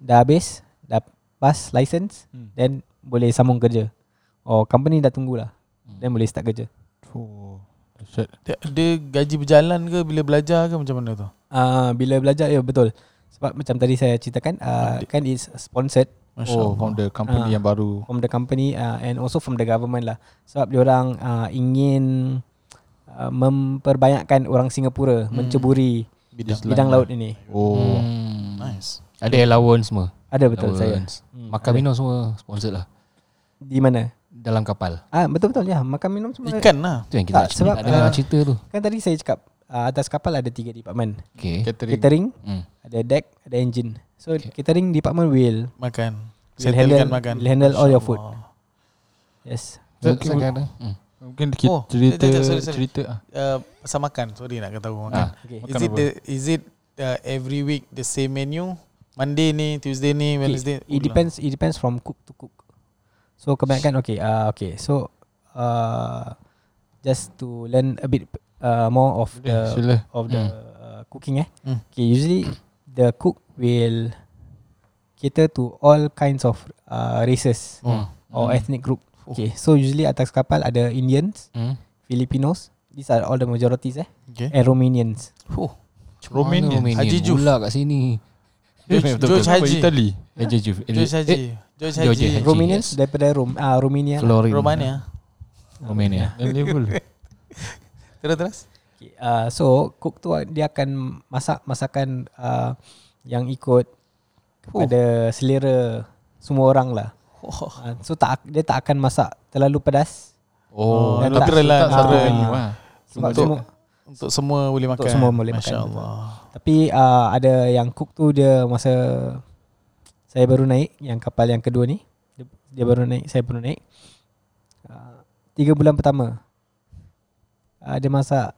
Speaker 4: Dah habis Dah pass license
Speaker 3: Hmm.
Speaker 4: Then boleh sambung kerja Or company dah tunggu lah
Speaker 1: Hmm.
Speaker 4: Then boleh start kerja
Speaker 3: Oh Shit.
Speaker 2: dia, dia gaji berjalan ke bila belajar ke macam mana tu?
Speaker 4: uh, Bila belajar ya betul Sebab macam tadi saya ceritakan uh,
Speaker 2: Adik.
Speaker 4: Kan it's sponsored
Speaker 2: Masya oh,
Speaker 3: Oh from the company
Speaker 4: Ah.
Speaker 3: yang baru
Speaker 4: From the company uh, And also from the government lah Sebab diorang uh, ingin uh, Memperbanyakkan orang
Speaker 2: Hmm.
Speaker 4: Singapura Menceburi
Speaker 2: Bidang.
Speaker 3: Just
Speaker 4: bidang laut ini
Speaker 3: Oh
Speaker 1: Hmm.
Speaker 2: Nice.
Speaker 1: Ada allowance semua.
Speaker 4: Ada betul saya.
Speaker 1: allowance.
Speaker 4: Hmm,
Speaker 1: Makan
Speaker 4: ada.
Speaker 1: minum semua sponsored lah
Speaker 4: Di mana?
Speaker 1: dalam kapal.
Speaker 4: Ah betul betul ya, makan minum semua.
Speaker 2: Ikan lah.
Speaker 1: Tu yang kita
Speaker 4: Tak, sebab,
Speaker 1: nak dengar
Speaker 4: ah,
Speaker 1: cerita tu.
Speaker 4: Kan tadi saya cakap ah, atas kapal ada tiga department.
Speaker 1: Okey.
Speaker 3: Catering
Speaker 4: Catering,
Speaker 1: Hmm.
Speaker 4: ada deck, ada engine. So
Speaker 1: Okay.
Speaker 4: catering department will
Speaker 2: Makan.
Speaker 4: We'll handle-
Speaker 2: Settlekan makan.
Speaker 4: we'll handle all your food.
Speaker 2: Masya Allah.
Speaker 4: yes.
Speaker 1: So,
Speaker 3: Mungkin-
Speaker 1: kadang-kadang, hmm.
Speaker 3: Mungkin kita
Speaker 2: Oh,
Speaker 3: cerita
Speaker 2: jap, jap, sorry, sorry.
Speaker 3: cerita ah.
Speaker 2: Uh, pasal makan. Sorry nak kata aku makan.
Speaker 1: Ah.
Speaker 4: Okay.
Speaker 2: Is it the, is it uh, every week the same menu? Monday ni, Tuesday ni, Wednesday.
Speaker 4: It depends it depends from cook to cook. So kebanyakan okay, ah okay. So uh, just to learn a bit uh, more of
Speaker 3: Eh,
Speaker 4: the
Speaker 3: Sila
Speaker 4: of the uh, cooking eh.
Speaker 2: Hmm.
Speaker 4: Okay, usually the cook will cater to all kinds of uh, races
Speaker 1: Oh.
Speaker 4: or ethnic group. Okay, so usually atas kapal ada Indians,
Speaker 1: Hmm.
Speaker 4: Filipinos, these are all the majorities eh,
Speaker 2: Okay.
Speaker 4: and Romanians.
Speaker 2: Huh.
Speaker 3: Romanian.
Speaker 1: Mana Romanian?
Speaker 2: Haji Juf.
Speaker 1: Pula kat sini.
Speaker 2: George,
Speaker 1: Betul-betul.
Speaker 2: George Haji.
Speaker 3: Italy
Speaker 1: Haji Juf.
Speaker 2: George Haji. George
Speaker 1: George
Speaker 2: Haji.
Speaker 1: Haji.
Speaker 4: Romanians
Speaker 1: yes.
Speaker 4: daripada Rom, ah Romania. lah.
Speaker 1: Florin.
Speaker 2: Romania.
Speaker 1: Eh, Romania.
Speaker 3: *laughs* Dan level
Speaker 2: Terus terus.
Speaker 4: Okay, uh, so cook tu dia akan masak masakan uh, yang ikut kepada selera semua orang lah.
Speaker 2: Oh.
Speaker 4: Uh, so tak dia tak akan masak terlalu pedas
Speaker 2: Oh,
Speaker 4: Dan
Speaker 2: natural lah,
Speaker 3: Tak
Speaker 2: natural.
Speaker 3: satu menu
Speaker 4: Ah.
Speaker 3: ah.
Speaker 4: sebab
Speaker 2: Untuk-
Speaker 4: semua
Speaker 2: Untuk semua boleh makan.
Speaker 4: Untuk semua boleh
Speaker 2: Masya
Speaker 4: makan, betul.
Speaker 2: Allah.
Speaker 4: Tapi uh, ada yang cook tu dia masa saya baru naik yang kapal yang kedua ni dia, dia baru naik saya baru naik uh, tiga bulan pertama uh, dia masak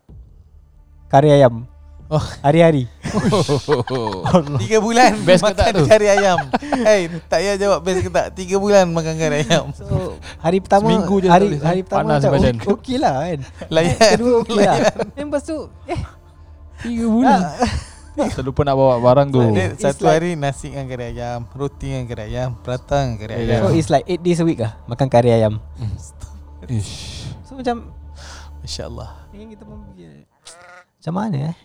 Speaker 4: kari ayam
Speaker 2: Oh.
Speaker 4: hari-hari
Speaker 2: Tiga bulan
Speaker 1: Best ke
Speaker 2: makan
Speaker 1: tak tu?
Speaker 2: kari ayam. *laughs* hey, tak payah jawab best ke tak. Tiga bulan makan kari ayam.
Speaker 4: so *laughs* hari pertama
Speaker 3: Seminggu je tak
Speaker 4: hari
Speaker 3: boleh, eh?
Speaker 4: hari pertama
Speaker 1: panas
Speaker 4: macam
Speaker 1: badan.
Speaker 4: ok- *laughs* okey lah
Speaker 3: *laughs*
Speaker 4: kan
Speaker 2: Layan.
Speaker 4: *laughs* kedua okey lah Then lepas tu eh Ah.
Speaker 1: Tiga bulan.
Speaker 3: Terlupa nak bawa barang tu
Speaker 2: Dia
Speaker 4: It's
Speaker 2: satu
Speaker 4: like-
Speaker 2: hari nasi dengan kari ayam, roti dengan kari ayam, prata dengan kari
Speaker 3: Yeah.
Speaker 2: ayam.
Speaker 4: so it's like 8 days a week lah makan kari ayam
Speaker 3: Ish.
Speaker 4: so macam
Speaker 2: Masya-Allah.
Speaker 4: ingin kita pun pergi macam mana eh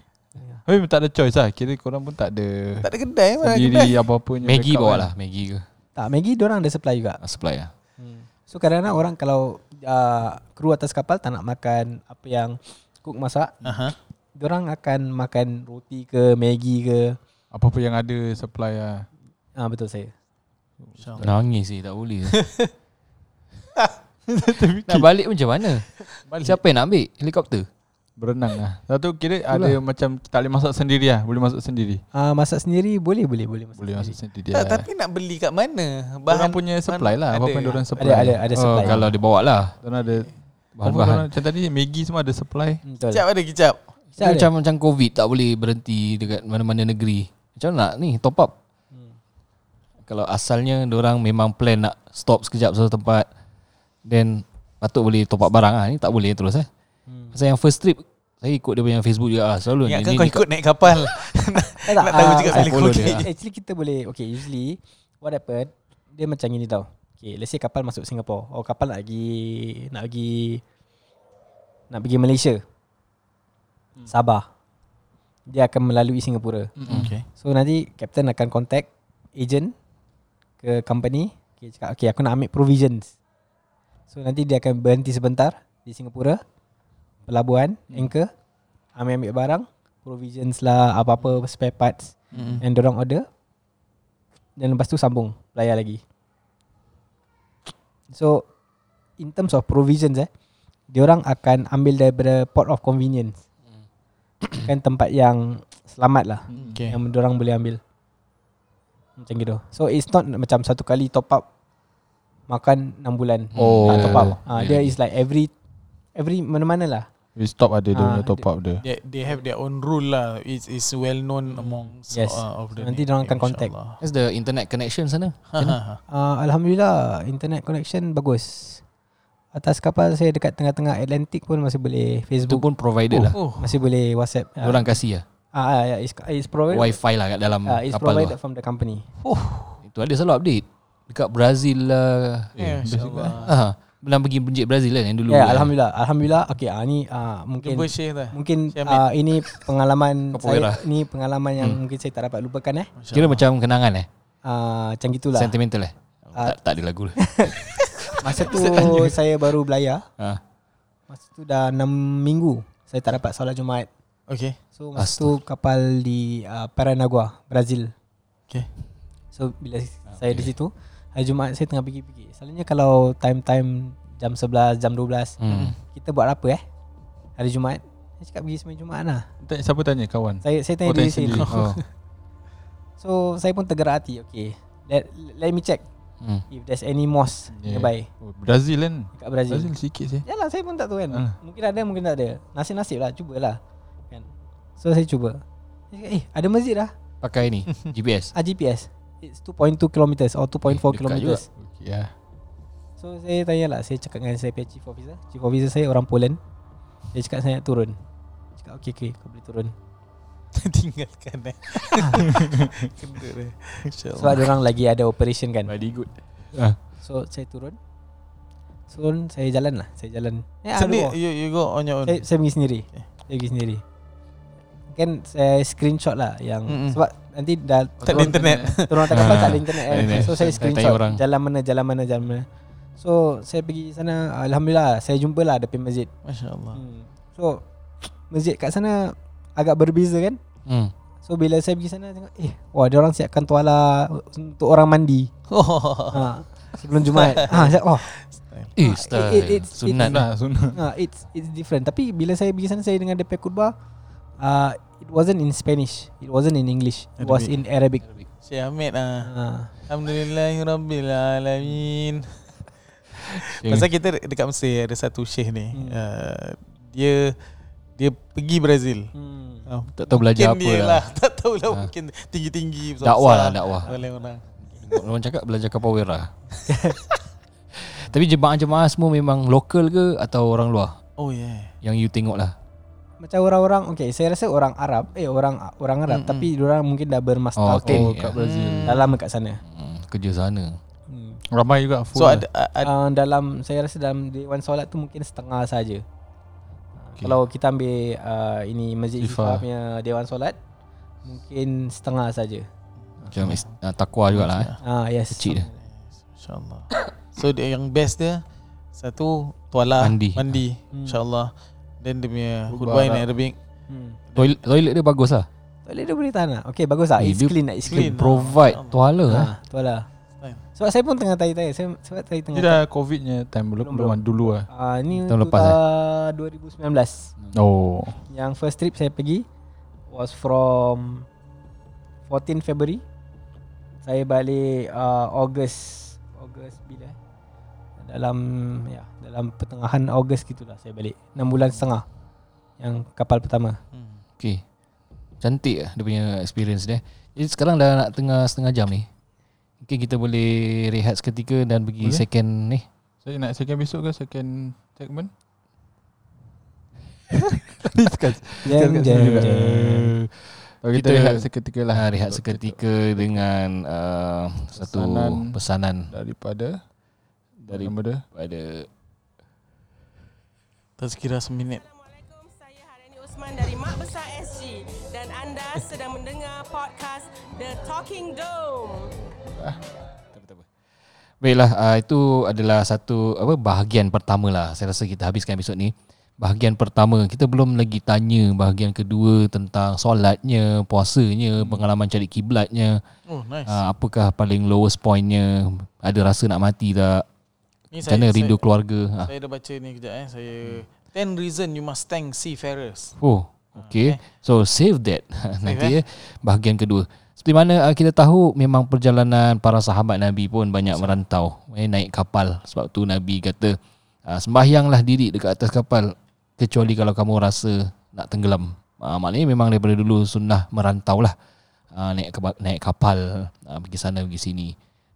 Speaker 3: Tapi tak ada choice lah Kira korang pun tak ada
Speaker 2: Tak ada lah, kedai mana kedai.
Speaker 3: Sendiri apa-apa punya
Speaker 1: Maggi
Speaker 3: backup
Speaker 1: bawa
Speaker 3: kan.
Speaker 1: lah. Maggi ke.
Speaker 4: tak Maggi orang ada supply juga
Speaker 1: Ah, Supply lah.
Speaker 4: So kadang-kadang orang kalau uh, kru atas kapal tak nak makan apa yang cook masak,
Speaker 2: Aha.
Speaker 4: orang akan makan roti ke, Maggi ke.
Speaker 3: kan. Apa-apa yang ada supply lah
Speaker 4: Ah betul saya.
Speaker 2: Masya-Allah.
Speaker 1: Nangis sih. Tak boleh. Nak balik macam mana? Siapa yang nak ambil? Helikopter?
Speaker 3: Berenang lah Satu kira ada macam Tak boleh masak sendiri lah Boleh masak sendiri
Speaker 4: Ah masak sendiri boleh boleh boleh masak.
Speaker 3: Boleh masak sendiri
Speaker 4: sendiri.
Speaker 2: Tak,
Speaker 3: lah
Speaker 2: tapi nak beli kat mana?
Speaker 3: Orang punya supply lah Apa-apa
Speaker 2: Ada.
Speaker 3: yang orang supply
Speaker 4: Ada ada ada
Speaker 1: Oh,
Speaker 4: supply.
Speaker 1: kalau dia bawa lah.
Speaker 3: Diorang ada
Speaker 1: Bahan-bahan.
Speaker 3: Bahan-bahan Macam tadi Maggi semua ada supply
Speaker 4: Hmm, betul.
Speaker 2: Kicap ada kicap.
Speaker 4: Kicap
Speaker 1: Dia
Speaker 4: ada.
Speaker 1: macam macam COVID tak boleh berhenti dekat mana-mana negeri. Macam mana nak ni top up?
Speaker 4: Hmm.
Speaker 1: Kalau asalnya orang memang plan nak stop sekejap satu lah.
Speaker 4: Hmm.
Speaker 1: tempat then patut boleh top up barang ah. Ni tak boleh terus eh. Pasal yang first trip Saya ikut dia punya Facebook juga lah Selalu ni-
Speaker 2: Ingatkan
Speaker 1: ni-
Speaker 2: kau
Speaker 1: ni-
Speaker 2: ikut naik kapal
Speaker 4: Tak,
Speaker 2: Nak tahu juga
Speaker 4: Ah,
Speaker 1: saya
Speaker 2: bila kau
Speaker 1: follow
Speaker 2: okay.
Speaker 1: dia.
Speaker 4: actually, actually kita boleh Okay usually What happen Dia macam gini tau Okay let's say kapal masuk Singapore Or kapal nak pergi Nak pergi Nak pergi Malaysia Sabah Dia akan melalui Singapura
Speaker 2: Okay
Speaker 4: So nanti Captain akan contact Agent Ke company okay, cakap, okay aku nak ambil provisions So nanti dia akan berhenti sebentar Di Singapura Pelabuhan Anchor Ambil-ambil barang Provisions lah Apa-apa spare parts
Speaker 2: Mm-mm.
Speaker 4: And dorang order Dan lepas tu sambung Belayar lagi So In terms of provisions eh Diorang akan ambil daripada Port of convenience Kan tempat yang Selamat lah
Speaker 2: Okay
Speaker 4: Yang diorang boleh ambil Macam gitu So it's not macam satu kali top up Makan 6 bulan
Speaker 1: Oh.
Speaker 4: Ah, Top up Ah,
Speaker 1: Yeah.
Speaker 4: Dia is like every Every mana-mana lah
Speaker 3: We stop ada dia
Speaker 4: Ah,
Speaker 3: punya top
Speaker 4: dia-
Speaker 3: up dia.
Speaker 2: They, they have their own rule lah It's, it's well known amongst
Speaker 4: Mm. Yes.
Speaker 2: uh, of the
Speaker 4: Nanti
Speaker 2: name,
Speaker 4: diorang akan contact.
Speaker 2: insyaAllah.
Speaker 1: That's the internet connection sana
Speaker 2: *laughs*
Speaker 4: Uh, Alhamdulillah Internet connection bagus Atas kapal saya dekat tengah-tengah Atlantic pun masih boleh
Speaker 1: Itu
Speaker 4: Facebook
Speaker 1: pun provided lah
Speaker 2: Oh
Speaker 4: Masih boleh WhatsApp Ah,
Speaker 1: Orang kasih lah
Speaker 4: ah, ah, yeah, it's, it's provided
Speaker 1: Wi-Fi lah kat dalam
Speaker 4: ah, It's
Speaker 1: kapal lah.
Speaker 4: provided
Speaker 1: tu lah.
Speaker 4: from the company
Speaker 1: Itu ada selalu update Dekat Brazil lah
Speaker 4: Eh,
Speaker 2: Ya, insyaAllah
Speaker 1: Ah, Belum pergi benjek Brazil kan yang dulu
Speaker 4: Ya yeah,
Speaker 1: kan.
Speaker 4: Alhamdulillah Alhamdulillah Okay ah, ni ah, mungkin
Speaker 2: Cuba share lah
Speaker 4: Mungkin
Speaker 2: Syamil.
Speaker 4: ah, ini
Speaker 1: *laughs*
Speaker 4: pengalaman
Speaker 1: Capoeira.
Speaker 4: saya, Ini pengalaman
Speaker 1: Hmm.
Speaker 4: yang mungkin saya tak dapat lupakan eh
Speaker 1: Kira macam kenangan eh
Speaker 4: Ah, Macam gitulah
Speaker 1: Sentimental eh
Speaker 4: Ah.
Speaker 1: tak, tak ada
Speaker 4: *laughs*
Speaker 1: lagu lah *laughs*
Speaker 4: Masa tu saya baru belayar
Speaker 1: Ah.
Speaker 4: Masa tu dah 6 minggu Saya tak dapat solat Jumaat
Speaker 2: Okay
Speaker 4: So masa tu kapal di uh, Paranagua, Brazil.
Speaker 2: Okay *laughs*
Speaker 4: So bila saya di situ, hari Jumaat saya tengah pergi-pergi. Selalunya kalau time-time jam 11, jam 12,
Speaker 1: Hmm.
Speaker 4: kita buat apa eh? Hari Jumaat. Saya cakap pergi sembang Jumaat lah.
Speaker 3: Tanya, siapa tanya kawan?
Speaker 4: Saya saya tanya
Speaker 3: Oh,
Speaker 4: diri
Speaker 3: tanya
Speaker 4: sendiri.
Speaker 3: sendiri.
Speaker 1: Oh.
Speaker 4: So saya pun tergerak hati. Okay, let, let me check
Speaker 1: Hmm.
Speaker 4: if there's any mosque
Speaker 3: Yeah.
Speaker 4: nearby
Speaker 3: Oh, Brazil kan?
Speaker 4: kat Brazil.
Speaker 3: Brazil sikit sih.
Speaker 4: Yalah saya pun tak tahu kan
Speaker 3: Ah.
Speaker 4: Mungkin ada mungkin tak ada Nasib-nasib lah cubalah kan. So saya cuba Saya cakap, Eh ada masjid lah
Speaker 1: Pakai
Speaker 4: *laughs*
Speaker 1: ni GPS
Speaker 4: ah, GPS It's 2.2 kilometers Or 2.4
Speaker 1: Eh, dekat
Speaker 4: kilometers
Speaker 3: Okey ah.
Speaker 4: So saya tanya lah Saya cakap dengan saya punya chief officer Chief officer saya orang Poland Dia cakap saya nak turun Dia cakap okay okay Kau boleh turun
Speaker 2: Tinggalkan
Speaker 4: *laughs*
Speaker 2: eh Kena eh
Speaker 4: Sebab
Speaker 2: InsyaAllah
Speaker 4: dia orang lagi ada operation kan
Speaker 3: Very good.
Speaker 4: So saya turun Turun saya jalan lah Saya jalan eh,
Speaker 2: So ni Eh.
Speaker 4: aduh. Eh,
Speaker 2: you, you go on your own
Speaker 4: Saya, saya pergi sendiri
Speaker 2: Okay.
Speaker 4: Saya pergi sendiri Kan saya screenshot lah Yang
Speaker 2: Mm-mm.
Speaker 4: Sebab nanti dah
Speaker 2: Tak ada internet
Speaker 4: Turun atas kapal
Speaker 1: Ah.
Speaker 4: tak ada internet
Speaker 1: Tak ada
Speaker 4: kan.
Speaker 1: internet.
Speaker 4: So saya
Speaker 1: Saya
Speaker 4: screenshot
Speaker 1: tanya orang.
Speaker 4: Jalan mana jalan mana jalan mana So saya pergi sana Alhamdulillah Saya jumpa lah depan masjid
Speaker 2: *laughs* MasyaAllah *laughs*
Speaker 4: hmm. So Masjid kat sana Agak berbeza kan
Speaker 1: hmm.
Speaker 4: So bila saya pergi sana tengok Eh wah dia orang siapkan tuala Untuk orang mandi
Speaker 2: Oh
Speaker 4: ha, Sebelum Jumaat *laughs* ha, saya, oh,
Speaker 1: Eh
Speaker 4: Ah,
Speaker 1: style
Speaker 4: it- it- it's-
Speaker 1: Sunat
Speaker 4: it's-
Speaker 1: lah
Speaker 3: Nah, sunnah.
Speaker 4: ha, it's, it's different Tapi bila saya pergi sana Saya dengar depan khutbah uh, It wasn't in Spanish It wasn't in English It was in Arabic
Speaker 2: Syekh Ahmed ah.
Speaker 4: ha.
Speaker 2: Alhamdulillahirrabbilalamin
Speaker 3: Okay.
Speaker 1: Eh,
Speaker 2: Pasal kita de- dekat Mesir Ada satu Syekh ni
Speaker 4: Hmm.
Speaker 2: uh, Dia Dia pergi Brazil
Speaker 4: hmm.
Speaker 2: Oh,
Speaker 1: Tak tahu belajar
Speaker 2: mungkin
Speaker 1: apa
Speaker 2: dia
Speaker 1: lah.
Speaker 2: Tak tahu lah *laughs*
Speaker 1: Ha.
Speaker 2: mungkin Tinggi-tinggi besar-besar
Speaker 1: Dakwah lah dakwah
Speaker 2: Oleh orang
Speaker 4: lah.
Speaker 1: Orang cakap belajar
Speaker 4: *laughs*
Speaker 1: capoeira Tapi jemaah-jemaah semua memang lokal ke Atau orang luar
Speaker 2: Oh yeah
Speaker 1: Yang you tengok lah
Speaker 4: Macam orang-orang Okay saya rasa orang Arab Eh orang orang Arab
Speaker 2: Mm-mm.
Speaker 4: Tapi orang mungkin
Speaker 1: Oh,
Speaker 4: dah
Speaker 1: okay.
Speaker 4: bermastautin
Speaker 3: Oh,
Speaker 4: oh,
Speaker 3: kat
Speaker 1: yeah.
Speaker 3: Brazil.
Speaker 4: Dah lama kat sana
Speaker 1: hmm, Kerja sana
Speaker 4: hmm.
Speaker 3: Ramai juga full.
Speaker 2: So ada,
Speaker 1: lah.
Speaker 2: ada
Speaker 4: uh, Dalam Saya rasa dalam Dewan solat tu Mungkin setengah saja okay. Kalau kita ambil uh, Ini Masjid
Speaker 3: Ifa.
Speaker 4: Ifa punya Dewan solat Mungkin setengah saja
Speaker 1: Macam uh, takwa jugalah eh.
Speaker 4: Ah Yes
Speaker 1: Kecil dia
Speaker 2: InsyaAllah So dia yang best dia Satu Tuala
Speaker 1: Mandi. lah.
Speaker 2: Mandi
Speaker 4: Hmm.
Speaker 2: InsyaAllah Then dia punya
Speaker 3: Khutbah
Speaker 2: Khutbah in
Speaker 3: Arab.
Speaker 2: Arabic
Speaker 4: hmm.
Speaker 1: Toilet, toilet dia bagus lah
Speaker 4: Toilet dia boleh tahan lah Okay bagus lah
Speaker 1: Eh,
Speaker 4: It's
Speaker 1: dia
Speaker 4: clean lah It's
Speaker 1: Dia
Speaker 4: clean,
Speaker 2: clean.
Speaker 1: provide
Speaker 2: Allah.
Speaker 1: tuala eh.
Speaker 4: Ha, tu lah
Speaker 2: Time.
Speaker 4: Sebab saya pun tengah tanya-tanya saya, Sebab saya
Speaker 3: Ni
Speaker 4: tengah
Speaker 3: dah covidnya time belum,
Speaker 4: Belum,
Speaker 3: belum, dulu ah.
Speaker 4: Ah, Ni
Speaker 1: Tahun
Speaker 4: tu,
Speaker 1: lepas, eh?
Speaker 4: ah, 2019
Speaker 3: Oh.
Speaker 4: Yang first trip saya pergi was from 14 February. Saya balik uh, Ogos. Ogos bila? eh? Dalam ya, dalam pertengahan Ogos gitulah saya balik. 6 bulan setengah. Yang kapal pertama.
Speaker 2: hmm.
Speaker 1: Okay Cantik lah dia punya experience dia Jadi sekarang dah nak tengah setengah jam ni Mungkin kita boleh rehat seketika Dan pergi
Speaker 3: Boleh.
Speaker 1: second ni
Speaker 3: *laughs* Saya nak second besok ke second segment? Discuss Discuss kat
Speaker 4: Jam jam
Speaker 3: sini lah.
Speaker 4: jam
Speaker 3: Okay, Oh, Kita
Speaker 1: Kita-
Speaker 3: rehat seketika lah
Speaker 1: Lah, rehat seketika dengan uh, satu
Speaker 3: Pesanan.
Speaker 1: pesanan
Speaker 3: Daripada
Speaker 1: Dari-
Speaker 3: Nama dia
Speaker 1: pada
Speaker 2: Tazkirah seminit
Speaker 5: Assalamualaikum, saya Harani Usman dari Mak Besar SG dan anda sedang mendengar podcast The Talking Dome.
Speaker 1: Baiklah, uh, itu adalah satu apa bahagian pertama lah. Saya rasa kita habiskan episod ni. Bahagian pertama, kita belum lagi tanya bahagian kedua tentang solatnya, puasanya, pengalaman cari kiblatnya.
Speaker 2: Oh nice
Speaker 1: Uh, apakah paling lowest pointnya? Ada rasa nak mati tak?
Speaker 2: Ni
Speaker 1: Macam mana rindu keluarga?
Speaker 2: saya,
Speaker 1: Ha.
Speaker 2: saya dah baca ni kejap eh Saya 10 reason you must thank seafarers
Speaker 1: Oh, okay. So save that *laughs* nanti ya. Bahagian kedua. Seperti mana uh, kita tahu memang perjalanan para sahabat Nabi pun banyak merantau. Eh, naik kapal. Sebab tu Nabi kata uh, sembahyanglah diri dekat atas kapal kecuali kalau kamu rasa nak tenggelam. Uh, maknanya memang daripada dulu sunnah merantau lah. Uh, naik, keba- naik kapal, uh, pergi sana, pergi sini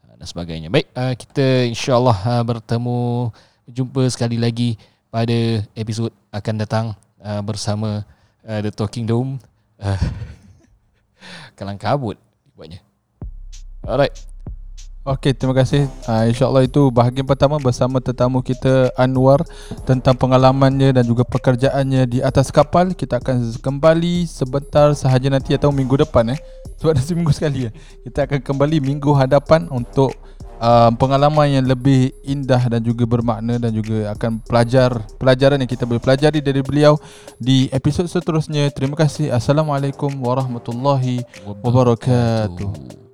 Speaker 1: uh, dan sebagainya. Baik, uh, kita insyaAllah uh, bertemu, jumpa sekali lagi pada episod akan datang uh, bersama uh, The Talking Dome. Uh, *laughs* kalang kabut buatnya. Alright.
Speaker 3: Okey, terima kasih. Uh, InsyaAllah itu bahagian pertama bersama tetamu kita Anwar tentang pengalamannya dan juga pekerjaannya di atas kapal. Kita akan kembali sebentar sahaja nanti atau minggu depan eh. Sebab dah seminggu sekali ya. Kita akan kembali minggu hadapan untuk uh, pengalaman yang lebih indah dan juga bermakna dan juga akan pelajar pelajaran yang kita boleh pelajari dari beliau di episod seterusnya. Terima kasih. Assalamualaikum warahmatullahi wabarakatuh.